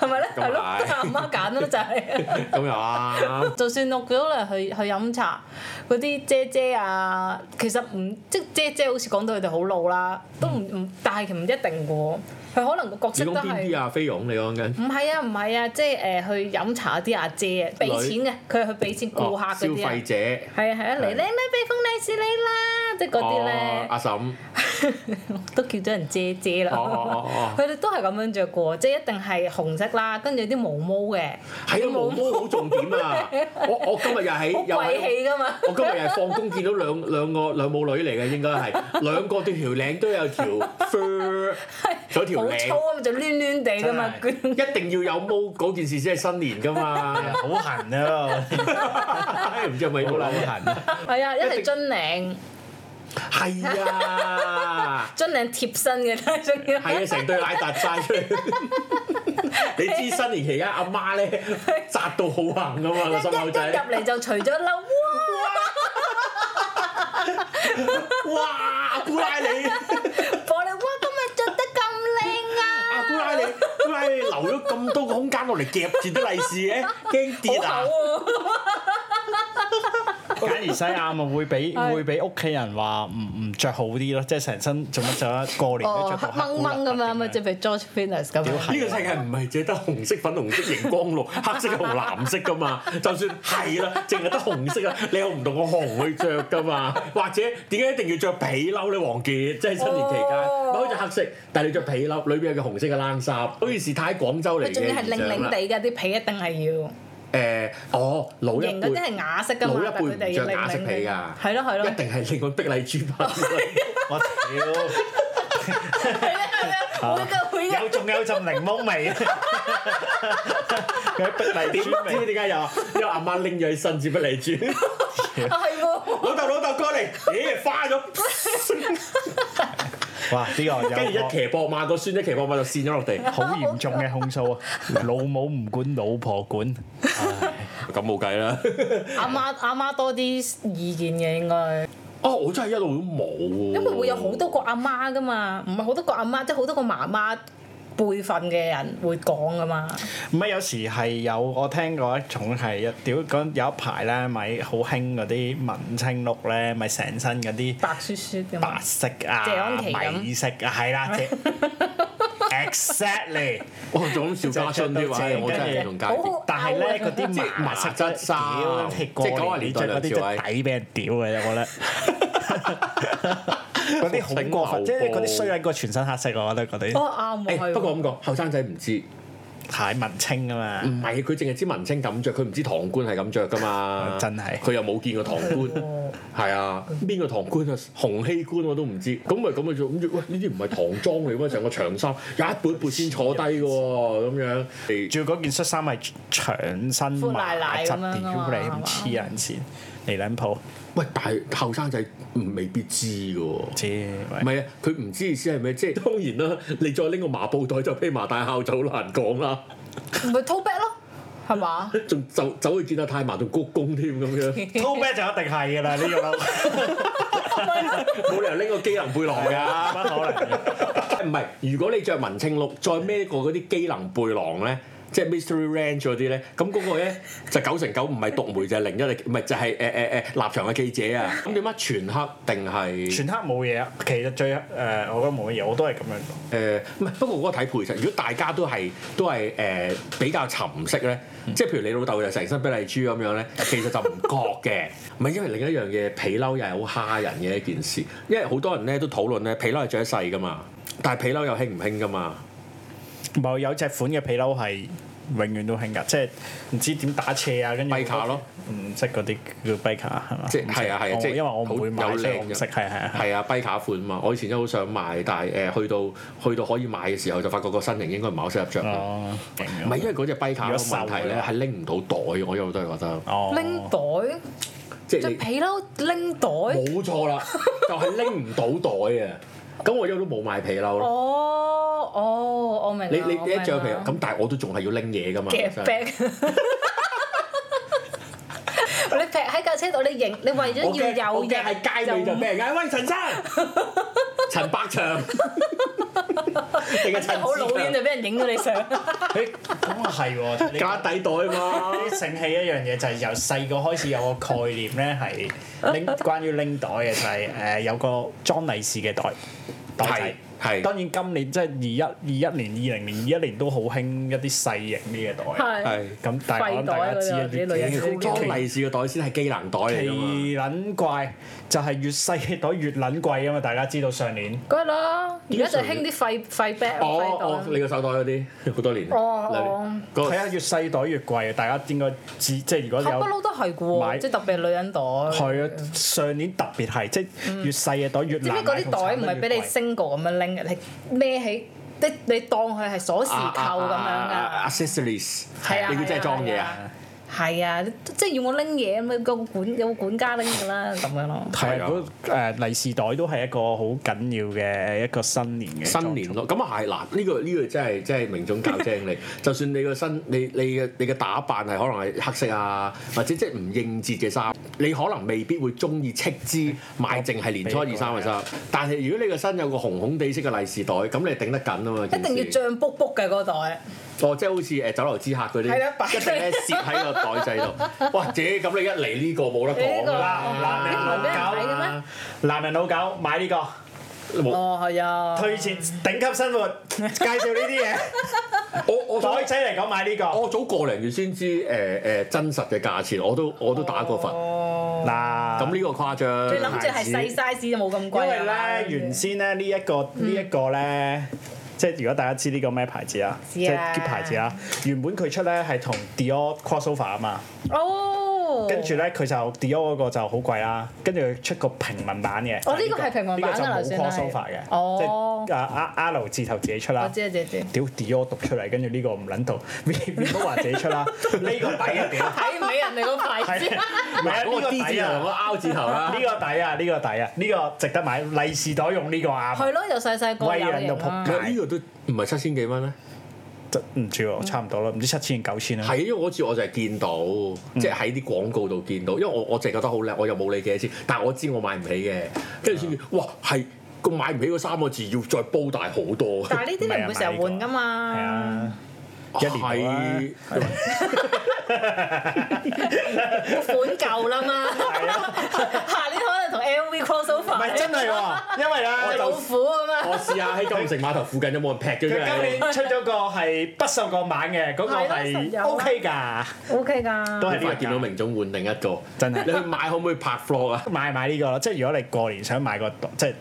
係咪咧？
咁
係咯，
係
都係阿媽揀咯，就係、
咁又 啱。
就算我叫咗嚟去去飲茶，嗰啲姐姐啊，其實唔即姐姐好似講到佢哋好老啦，都唔唔，但係其實唔一定嘅喎。佢可能個角
你
色
講
都
邊啲
係。
啊？菲傭你講緊
唔係啊，唔係啊，即係誒、去飲茶嗰啲阿姐啊，俾錢嘅，佢係去俾錢顧
哦
客
消
嗰啲啊
費，者。
係啊係啊，嚟咧咩俾封利是你啦，即係嗰啲
哦
咧。
阿嬸，
都叫咗人姐姐啦。
哦哦哦哦
佢哋都係咁樣着過，即係一定係紅色啦，跟住有啲毛毛嘅，
係啊，毛毛好重點 啊！我我今日又喺
好
又
貴
喺。
氣㗎嘛。
我今日又係放工見到兩兩個兩母女嚟嘅，應該 係兩個對條領都有條 fur，咗條
好粗
領，
啊嘛，就攣攣地㗎嘛，
真
一定要有毛嗰件事先係新年㗎嘛，
好痕啊！
唔知係咪
好
冇
撚
啦？
痕，
係啊，一
一
係
定
樽領，
係啊！
樽領貼身嘅， 真係仲要
係啊，成對奶凸晒出 嚟。你知新年期間阿媽咧 扎到好行噶嘛個心口
一一
仔，
入嚟就除咗褸，哇！
哇！阿姑拉你，
我哋哇，今日着得咁靚啊！
阿姑拉你，姑拉你留咗咁多個空間落嚟夾住啲利是嘅，驚跌啊！
好厚喎，
簡而西啱啊！會俾會俾屋企人話唔唔著好啲咯，即係成身做乜做乜過年都
哦
着
啊
到
掹掹咁樣咪即係譬如 George Fitness 咁樣。
呢個世界唔係淨係得紅色、粉紅色、熒光綠、 黑色同藍色噶嘛？就算係啦，淨係得紅色啊，你又唔同我紅去着噶嘛？或者點解一定要着皮褸咧？王傑，即係新年期間，
哦
咪好似黑色，但係你着皮褸，裏邊有個紅色嘅冷衫，好似是太廣州嚟嘅
佢仲哦要係
現
零
象啊啦
零地㗎，啲皮一定係要。
誒，哦，老一
型嗰啲
輩
係啞色㗎嘛，
老一輩
但佢哋要
唔着啞色
靚靚
皮
嘅
㗎
係咯係咯
一，定係令我碧麗珠品。
我屌，
係啊係啊，會㗎會㗎
有。仲有陣檸檬味，佢逼麗
點
珠
知
味，
點解有啊？因為阿媽拎咗去新至碧麗珠，
啊係喎，
老豆老豆過嚟，咦 花咗，啊
哇！呢個有
跟住一騎膊馬個孫一騎膊馬就跣咗落地，
好嚴重嘅控訴啊！老母唔管，老婆管。
咁冇計啦。
阿媽阿媽多啲意見嘅應該，
哦，我真係一路都冇喎。
因為會有好多個阿媽噶嘛，唔係好多個阿媽，即係好多個媽媽輩份嘅人會講噶嘛。
唔係有時係有我聽過一種係一屌嗰有一排咧，咪好興嗰啲文青碌咧，咪成身嗰啲
白雪雪咁
白
嘛，
色
謝
啊、
安琪咁
米色啊，係 啦謝，exactly。
我仲諗邵家臻啲 話，我真係同街
好
啲。
好
但係咧
勾啊
嗰啲
即係
麻色
麻質衫
屌踢過
即係90
年
年
你
代
着嗰啲
梁朝偉
真係抵俾人屌嘅，我覺 得。嗰啲好過分，即係嗰啲衰人過全身黑色，我覺得嗰啲
哦啱喎，係
誒，
喎
不過咁講，後生仔唔知，
太文青啊嘛
唔。係佢淨係知文青咁着，佢唔知唐官係咁着噶 嘛。
真係
佢又冇見過唐 官。
哦
係啊，邊個唐官啊？洪熙官我都唔知，咁咪咁咪做，咁喂呢啲唔係唐裝嚟喎，成個長衫，一撥一撥先坐低嘅喎，咁樣。誒
仲要嗰件恤衫係長身
寬
麻
奶奶
質
咁樣㗎嘛
屌你唔黐人線，嚟撚鋪
喂，但係後生仔唔未必知嘅喎。
知喂
唔係啊，佢唔知意思係咩？即係當然啦，你再拎個麻布袋就披麻戴孝就好難講啦。
唔係 t o back 咯，係嘛？
仲走走去見阿太嫲仲鞠躬添咁 樣，
？Too bad 就一定係㗎啦，呢個
冇理由拎個機能背囊㗎。
褸不可能。
唔係，如果你着文青綠，再孭過嗰啲機能背囊咧，即係 Mystery Ranch 嗰啲咧，咁嗰個咧就九成九唔係讀媒就係零一嚟，唔係就係誒誒誒立場嘅記者啊。咁點啊？全黑定係
全黑冇嘢啊，其實最誒、我覺得冇乜嘢，我都係咁樣講。
誒？呃唔係，不過嗰個睇配襯。如果大家都係都係誒、呃比較沉色咧，
嗯
即係譬如你老豆就成身比麗珠咁樣咧，其實就唔覺嘅。 唔係因為另一樣嘢，皮褸又係好蝦人嘅一件事，因為好多人咧都討論咧，皮褸係着得細噶嘛，但係皮褸又興唔興噶嘛？
唔係有隻款嘅皮褸係永遠都興㗎，即係唔知點打斜啊，跟住
跛卡咯，
唔識嗰啲叫跛卡係嘛？
即係
唔識
係啊係啊
我
即係
因為我唔會
好
買，
有
所以我
靚
唔
嘅
識係係係。
係啊，跛卡款嘛，我以前都好想買，但係誒、呃去到去到可以買嘅時候，就發覺個身形應該唔係好適合着。唔
哦，勁啊
係因為嗰只跛卡個問題
如果瘦嘅
咧，
話
係拎唔到袋，我一路都係覺得，
哦，
拎袋，
即
着
係
皮褸拎袋，
你冇錯 啦，就係拎唔到袋啊！咁我一路都冇買皮褸
哦
咯。
哦，我明啦。
你你
我
你
明
一
啦
着啊皮，咁但係我都仲係要拎嘢噶嘛。
夾 back。你劈喺架車度，你型，你為
我
咗
驚
要有
我驚喺街尾就
唔
俾人嗌喂陳生、陳百祥，啊定係
真係好老
陳
遠
志
就俾人影到你相。
誒咁啊係喎， 你
強家底袋啊嘛。
你醒起一樣嘢就係由細個開始有個概念咧，係 拎關於拎袋嘅就係、誒、有個裝利是嘅袋袋仔。
係係
當然今年即係二一二一年、二零年、二一年都好興一啲細型啲嘅袋。
係。
係
咁但係我諗大家知啊
廢袋嗰啲
一
女人啊
啲
裝利是嘅袋先係機能袋嚟㗎嘛。
奇撚怪，就係越細嘅袋越撚貴啊嘛！大家知道上年
梗係啦，而家就
點解
興啲廢廢 bag
哦
廢
哦，
袋。
你個手袋嗰啲好多年。
哦哦
嗰個
睇下越細袋越貴，啊大家應該知即係如果
嚇不
有。
嬲都係嘅
買
喎，即係特別係女人袋。
係啊，上年特別係即係越細嘅袋越
嗯知唔
難買
知嗰啲袋唔係俾你
同產品越貴
升過咁樣拎嘅，你孭起，你你當佢係鎖匙扣
啊
咁樣㗎。
Accessories，
係啊
你估真係裝嘢
係
啊？
係啊，即係要我拎嘢咁樣，個管有個管家拎㗎啦，咁樣咯。
係啊，
係
嗰誒利是袋都係一個好緊要嘅一個新年嘅
新年咯，咁啊係嗱，呢個呢個真係真係明總教精 你。就算你個身你你嘅你嘅打扮係可能係黑色啊，或者即係唔應節嘅衫，你可能未必會中意斥資買淨係年初二
哦
三嘅衫。但係如果你個身有個紅紅地色嘅利是袋，咁你頂得緊啊嘛。
一定要
件事
脹卜卜嘅嗰個袋，
哦，即係好似誒酒樓之客嗰啲，
係啦擺
一定咧攝喺個袋仔 度。哇，姐咁你一嚟呢個冇得講㗎啊
呢個
男人
男
老
人老
狗
狗啊
啊！男人老狗買呢個
冇
哦係啊，
推薦頂級生活，介紹呢啲
我我
嘢袋仔嚟講買呢個
我早個零月先知誒誒、真實嘅價錢，我都我都打過份。
哦，
嗱
咁呢個誇張，
你諗住係細 size 就冇咁
因
貴
為
啊嘛
咧，原先咧呢一個呢一個咧，即係如果大家知呢個咩牌子啊，即係啲牌子啊，原本佢出咧係同 Dior crossover 啊嘛，
哦，
跟住咧佢就 Dior 嗰個就好貴啦，跟住佢出個平民版嘅。
哦呢個係平民版㗎啦
呢個就冇
算係
crossover 嘅，
哦
即係啊 R R 字頭自己出
我
啦。
知啊，姐姐。
屌 Dior 讀出嚟，跟住呢個唔撚 讀 v 都話自己出 啦，呢個抵啊屌！
睇唔起人哋個牌
係
子，
唔係啊
嗱
呢
嗰個
個
D 字
抵
頭同
啊
個！R 字頭啦
呢。個抵啊！呢個抵啊！呢個值得買，利是袋用呢個啱。
係咯，又細細個啊
威
有
人到
型
仆
啦
街。
喂呢個都唔係七千幾蚊咩？
唔知喎，差唔多啦，唔知七千九千啦。啊
係因為我嗰次我就係見到，
嗯
即係喺啲廣告度見到，因為我我淨係覺得好靚，我又冇理幾多錢，但係我知我買唔起嘅，跟住先見，
啊
哇係個買唔起嗰三個字要再煲大好多。
但係呢啲你唔會成日換㗎
係
嘛，
啊，一年到啦
係
個款夠啦嘛。 下年可能同 LV crossover，
啊唔係真係喎，因為
係
咧
老虎咁啊。
我試下喺金城碼頭附近有冇人劈咗出
佢今年
嚟。
出咗個係不鏽鋼版嘅，嗰個
係咯實有
係
啊
OK 㗎，
O K 㗎，
都
我
係呢
快
個
見到明總換另一個，
真係
你去買可唔可以拍 f l o 啊？
買買呢個咯，即係如果你過年想買個即係，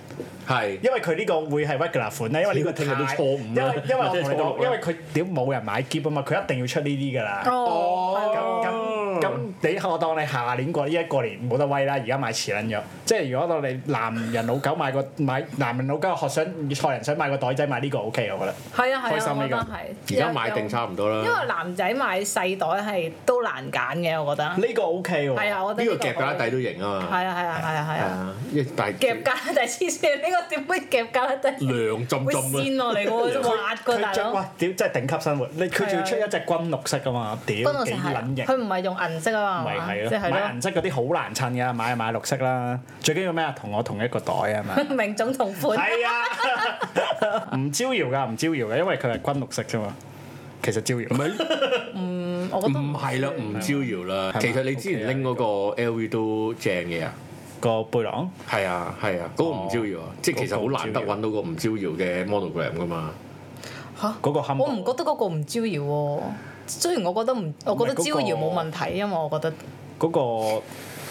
係。
因為佢呢個會係 regular 款咧，因為呢個
聽日都
太
初五
因
啦
為因為我
或
同
者
你
初六
講，
啦
因為佢屌冇人買結啊嘛，佢一定要出呢啲㗎
哦
啦。咁咁咁，你我當你下年過呢一個年冇得威啦，而家買遲撚咗。即係如果當你男人老狗買個買男人老狗學想菜人想買個袋仔買呢個 O K，我覺得。
係啊係啊，
開心呢個
我
而
覺得係。
家買定差唔多
因為
啦。
男仔買細袋係都難揀嘅，我覺得。
呢個 O K 喎。
嗯係啊，我覺
呢
得
個夾架底都型啊嘛。
係啊係啊係啊係
係
啊，
啊，一但係
夾架底黐線，呢個點會夾架底
涼浸啊
會
浸
跣落 嚟嘅喎，滑個大
啊佢着
佬
哇。屌真係頂級生活，你佢仲要出一隻軍綠色啊嘛，屌
綠
幾
色
撚型
係，。佢唔係用銀色啊嘛，
咪係
即
咯，
係
買銀色嗰啲好難襯㗎，買就買綠色啦。最緊要咩啊？同我同一個袋啊嘛。
咯，明種同款。
係啊， 唔招搖㗎，唔招搖㗎，因為佢係軍綠色啫嘛。其實招搖
咁。樣。
嗯我覺得
嗯
唔係啦，唔招搖啦
係。嘛
其實你之前拎嗰個 LV 都正嘅啊。
個背囊
係啊，係啊，嗰個唔招搖啊，即係其實好難得揾到個唔招搖嘅 monogram 噶嘛。
嚇
嗰個冚
我唔覺得嗰個唔招搖喎。雖然我覺得唔，我覺得招搖冇問題，因為我覺得
嗰個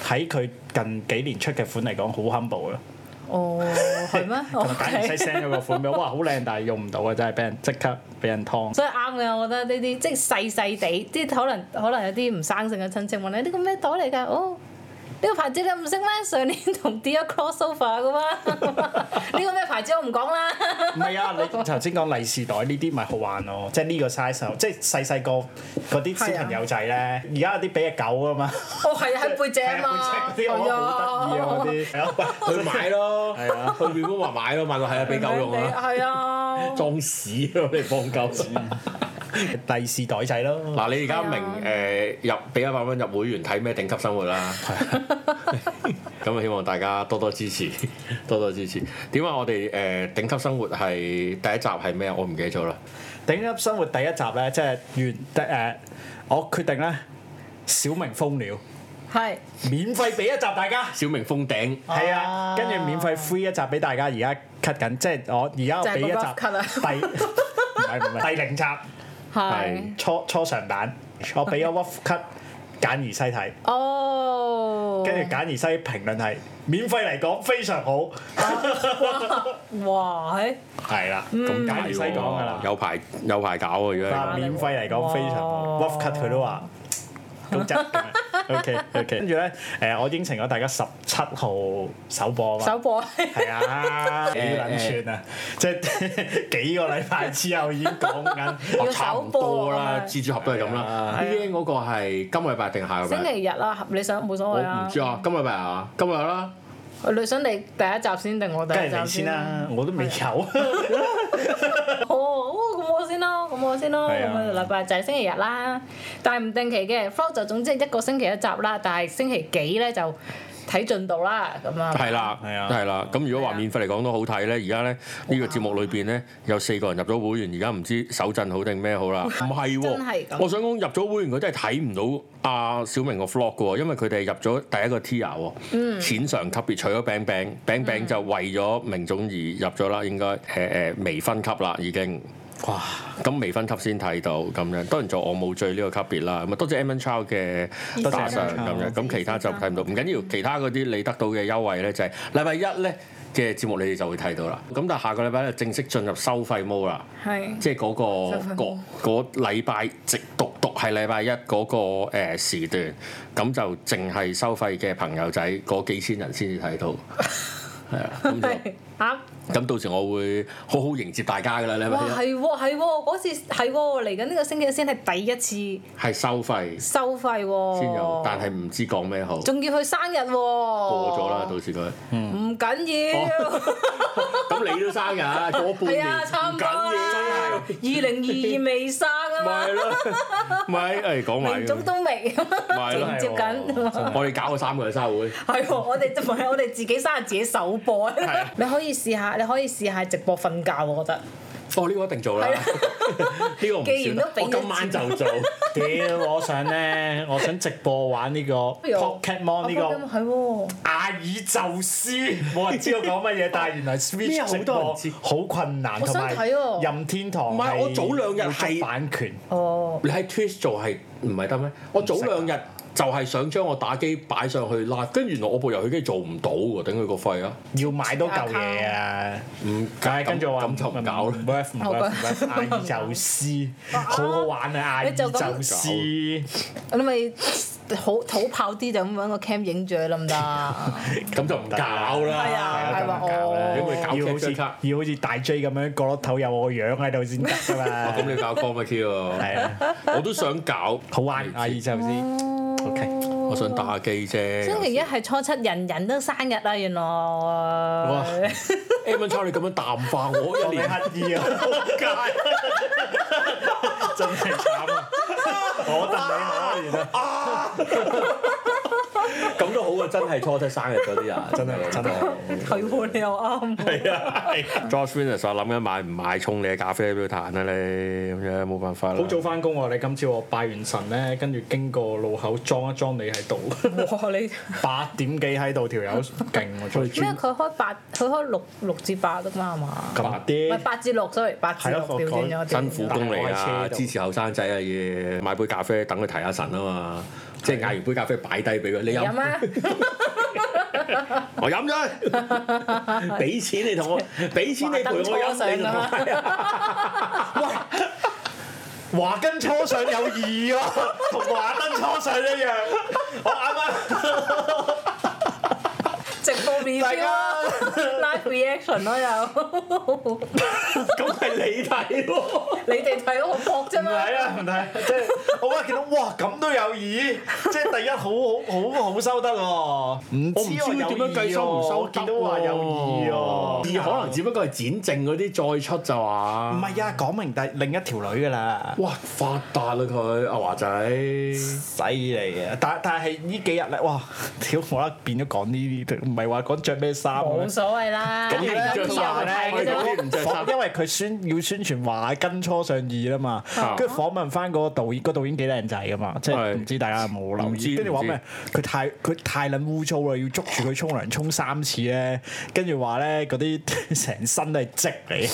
喺佢近幾年出嘅款嚟講，好 humble 啦。
哦係咩？
同埋解唔使
OK
send 咗個款俾 我，哇好靚，但係用唔到啊！真係俾人即刻俾人劏。
所以啱嘅，我覺得呢啲即係細細地，即係可能可能有啲唔生性嘅親戚問你呢個咩袋嚟㗎？哦，呢個牌子你唔識咩？上年同 Dior crossover 嘅嘛， 呢個咩牌子我唔講啦。
唔係 啊，你頭先講利是袋呢啲咪好玩咯，即係呢個 size，即係細細個嗰啲小
啊
朋友仔咧，而家有啲俾只狗啊嘛，
哦係喺背脊啊
係啊
嘛，
背脊嗰啲我覺得好得意啊嗰啲，係啊喂
去買咯，
係啊
去廟公話買咯，買到係啊，俾狗用啊，
係啊。
裝屎咯，你放狗。
利是袋仔咯，
嗱，
啊
你而家明誒入俾一百蚊入會員睇咩頂級生活啦？咁啊希望大家多多支持， 多多支持。點啊？我哋誒、呃、頂級生活係第一集係咩啊？我唔記得咗啦。
頂級生活第一集咧，即係原得誒、我決定咧，小明封了，
係
免費俾一集大
啊
家。
小明封頂，
係啊，跟住免費 free 一集俾大家，而家 cut 緊，即係我而家我
就係
俾一集
個 rough cut 啊
第唔係唔係第零集
係
初初上版，我俾咗 rough cut 簡而西睇，
哦，
跟住簡而西評論係免費嚟講非常好，
啊哇係
係啦，
嗯
咁簡而西嗯講㗎啦，
有排有排搞啊！如果係
話免費嚟講非常好
哇
，rough cut 佢都話。咁就 OK OK，跟住咧，誒我應承咗大家十七號首播啊嘛，
首播
係 啊，幾撚串啊！即係 幾個禮拜之後已經講緊，
咁，
要
哦差唔
首播
多
啊
啦，
係啊
蜘蛛俠都係咁啦。B N 嗰個係今個禮拜定下個禮
星
拜？
期日啦，你想冇所
我
謂
唔？
啊
知啊，今個禮拜啊，今日啦，
你想你第一集先定我第
梗
一
係
集
你先？啦，我都未有， 係啊
哦，哦咁我先咯，咁我先咯，
係
咁
啊
啊禮拜就係星期日啦，但係唔定期嘅 vlog 就總之係一個星期一集啦，但係星期幾咧就睇進度啦，咁啊。
係啦，
係啊
係啦。咁如果話
係啊
免費嚟講都好睇咧，而家咧呢個節目裏邊咧有四個人入咗會員，而家唔知手震好定咩好啦。唔係
真係咁
喎，我想講入咗會員佢真係睇唔到阿小明個 vlog 嘅喎，因為佢哋入咗第一個 tier 喎，
嗯
淺上級別除咗餅餅，餅餅就為咗明總而入咗啦，應該誒誒微分級啦已經。哇！咁微分級先睇到咁樣，當然就我冇最呢個級別啦。咁啊，多謝 Emin Chow 嘅
多謝
打賞
Emin
咁
Chow
樣。咁其他就睇唔到，唔緊要。其他嗰啲你得到嘅優惠咧，就係禮拜一咧嘅節目你哋就會睇到啦。咁但係下個禮拜咧正式進入收費 mode 啦，
係
即係嗰、
收
個
費
嗰嗰禮拜直獨獨係禮拜一嗰、個誒、呃、時段，咁就淨係收費嘅朋友仔嗰幾千人先至睇到， 係啊，咁就
係啱。
咁到時我會好好迎接大家噶啦，禮
哇，
拜一
係喎，係喎，嗰次係喎，嚟緊呢個星期先係第一次
係收費
收費喎。
先有，但係唔知講咩好，
仲要佢生日喎。過
過咗啦，到時佢。
唔緊要，
咁你都生日，過半
係
年
啊，差唔
唔
多
緊
啦。
要
二，零二二未生啊 嘛，
咪係咯， 咪誒講埋
明總
嘅，
都未，
啊咪係咯
仲接緊。
我哋搞個三個人生日會，
係喎，我哋唔係我哋自己生日自己首播
係啊，
你可以試下，你可以試下直播瞓覺，我覺得。
哦呢個一定做啦， 呢個唔算啦
啊既然都，俾
我
咗
今晚就做，
屌！我想咧，我想直播玩呢個
不如我
Pokemon 呢
我覺得
個
係喎。
阿爾宙斯，冇人知道講乜嘢，但係原來
啊
Switch
好
直
多
播
人知
好困難，
我
同
想
埋
睇啊喎
任天堂
唔係我早兩日
要捉
係
版權，
哦，
你喺 Twitch 做係唔係得咩？我早兩
啊
日就係想將我打機擺上去 live，跟住原來我部遊戲機做唔到喎，頂佢個肺啊！
要買多嚿嘢啊！
唔
梗係跟住我話嗯
咁就唔搞啦
唔 worth 唔 worth 唔 worth，阿爾宙 斯好好玩啊！阿爾
你就咁
宙斯
你咪好土炮啲就咁揾個 cam 影住佢得唔啊得？
咁就唔搞
係
啦。
啊，
你
係話
咪
哦。
搞
要好
capture
似
卡
要好似大 J 咁樣角落頭有我個樣喺度先得㗎嘛
哦咁，你搞 comedy 喎，
係啊，
我都想搞，
好玩阿爾宙斯，OK，
我想打機啫。
星期一係初七，人人都生日啊！原來。
哇，
Evan 抄你咁樣淡化我，一
你
年
乞衣啊，仆街，真係慘啊！我戥你可憐啊，
咁都好過真係初七生日嗰啲啊，
真係真係，
係喎，你又啱喎。
啊
George Venus 話諗緊買唔買沖你嘅咖啡俾佢彈啊你咁樣冇辦法啦。
好早翻工喎！你今朝我拜完神咧，跟住經過路口裝一裝你喺度，
哇！你
八點幾喺度條友勁 喎，出
咩？佢開八，佢開六六至八啊嘛，係嘛？
咁
唔係
啲。
八至六，sorry，八至六
係咯我
調轉咗。
辛苦工嚟
大
啊！
開車度
支持後生仔啊，要買杯咖啡等佢提下神啊嘛，即係嗌完杯咖啡擺低俾佢，你
有
啊
飲，
咩？
我飲咗， 俾錢你同我，俾錢你陪我
華燈初上
飲，你同我
啊
係啊
華根初上有異喎、同 啊華燈初上一樣。我啱啱
直播
大
review
家
咯 ，live reaction 咯又，
咁係你睇喎。
你哋睇我搏啫
唔
嘛。
係啊，唔係，即係我嗰日見到哇咁都有耳，即係第一好好好好收得喎。唔啊
我唔知啊點樣計收唔收得
見
啊
到話啊有耳喎。
二可能只不過係剪剩嗰啲再出就
唔
話。
係啊，講明第另一條女㗎啦。
哇！發達啦佢阿華仔，
犀利啊！但但係呢幾日咧，哇！屌我啦，變咗講呢啲，唔係話講着咩衫啊
冇
咁
所謂啦，啊
咁你唔
啊
有
着
啲
衫
有
咧
睇嘅啫。
唔着衫
因為佢宣要宣傳話跟初上二啦嘛
啊，
跟住訪問翻嗰個導演，個導演幾靚仔噶嘛，即係唔知大家有冇留
唔知
意？跟住話咩？佢太佢太撚污糟啦，要捉住佢沖涼沖三次咧，跟住話咧嗰啲 成身都係積嚟，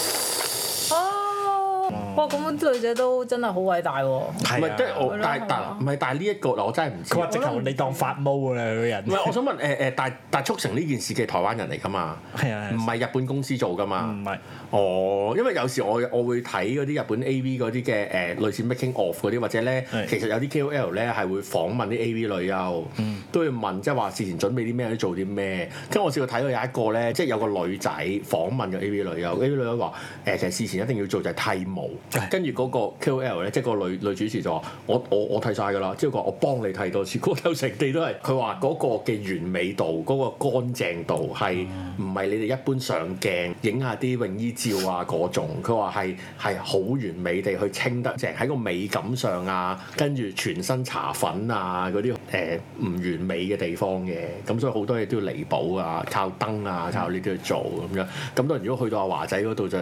哦，哇！咁啲女仔都真係好偉大喎。
唔係即係我
係，咯
但係
係
但
咯
唔係但係呢一個嗱，我真係唔知
啊佢。話直頭你當發毛㗎啦，佢個人
唔係，我想問誒誒，但但促成呢件事嘅台灣人嚟㗎嘛？
係啊係啊嗯
唔係日本公司做㗎嘛？
唔係。
哦，因為有時我我會睇嗰啲日本 A.V. 嗰啲嘅誒類似 making of 嗰啲，或者咧
係
其實有啲 K.O.L 咧係會訪問啲 A.V. 女優，都會問即係話事前準備啲咩，做啲咩。跟住我試過睇到有一個咧，即係有個女仔訪問個 A.V. 女優，A.V. 女優話誒其實事前一定要做就係剃毛，跟住嗰個 K.O.L 咧即係個女女主持就話我我我剃晒㗎啦，之後佢話我幫你剃多次，嗰頭成地都係佢話嗰個嘅完美度，嗰、個乾淨度係唔係你哋一般上鏡影下啲泳衣照啊嗰種？佢話係係好完美地去清得淨喺個美感上啊，跟住全身搽粉啊嗰啲誒唔完美嘅地方嘅，咁所以好多嘢都要彌補啊，靠燈啊，靠呢啲去做咁樣。咁當然如果去到阿華仔嗰度就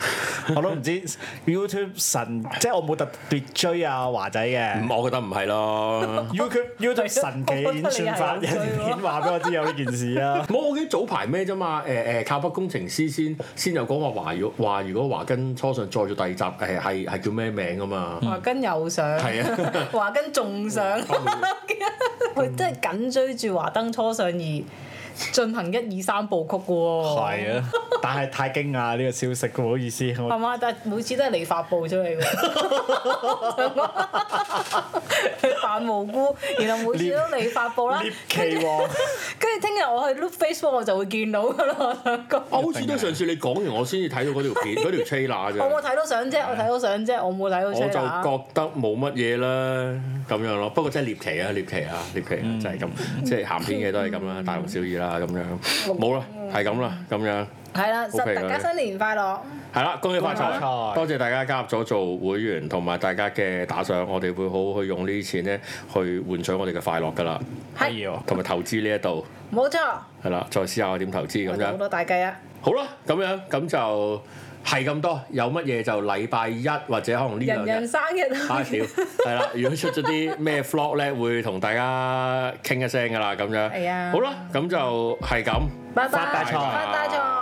我都唔知 YouTube 神，即係我冇特別追啊華仔嘅。
我覺嗯得唔係咯。
YouTube YouTube 神奇演算法，
我覺得你係有 追
人
喎
演話俾我知有呢件事啊！
冇，我記得早排咩啫嘛？誒、誒，靠北工程師先先有講話華語話，如果華根初上再做第二集，誒係係叫咩名啊嘛？
華根又上，
係啊，
華根仲
嗯
上，佢真係緊追住華燈初上而進行一二三部曲嘅喎。
係啊， 但係太驚訝啊呢個消息，唔好意思，
係
我
嘛？但係每次都係你發布出嚟 喎，扮無辜，然後每次都你發布啦
獵。奇王
跟住聽日我去 look Facebook，我就會見到噶啦。我想講，
我好似都係上次你講完，我先至睇到嗰 條片嗰條 trailer 啊
我冇
啫。
睇到相啫，我睇到相啫，我冇睇到
我就
trailer 啊
覺得冇乜嘢啦，咁樣咯。不過真係獵奇啊，獵奇啊，獵奇啊，就係咁，即係鹹片嘅都係咁啦，大同小異啦，咁樣冇啦，係咁啦，咁樣
係啦，
OK，
實大家
佢
新年快樂！
係啦，恭喜發
恭喜發
財！
財
多謝大家加入咗做會員同埋大家嘅打賞，我哋會好好去用呢啲錢咧去換取我哋嘅快樂㗎啦。
哎呦
同埋投資呢一度
冇錯，
係啦，再思考下點投資咁
我哋好
樣。
多大計啊！
好啦，咁樣咁就係咁多，有乜嘢就禮拜一或者可能呢
人
兩
人
日。
生日
啊屌，係 啦！如果出咗啲咩 flog 咧，會同大家傾一聲噶啦，咁樣。
係啊
好啦，咁就係咁。
拜拜，
發大財
發大財。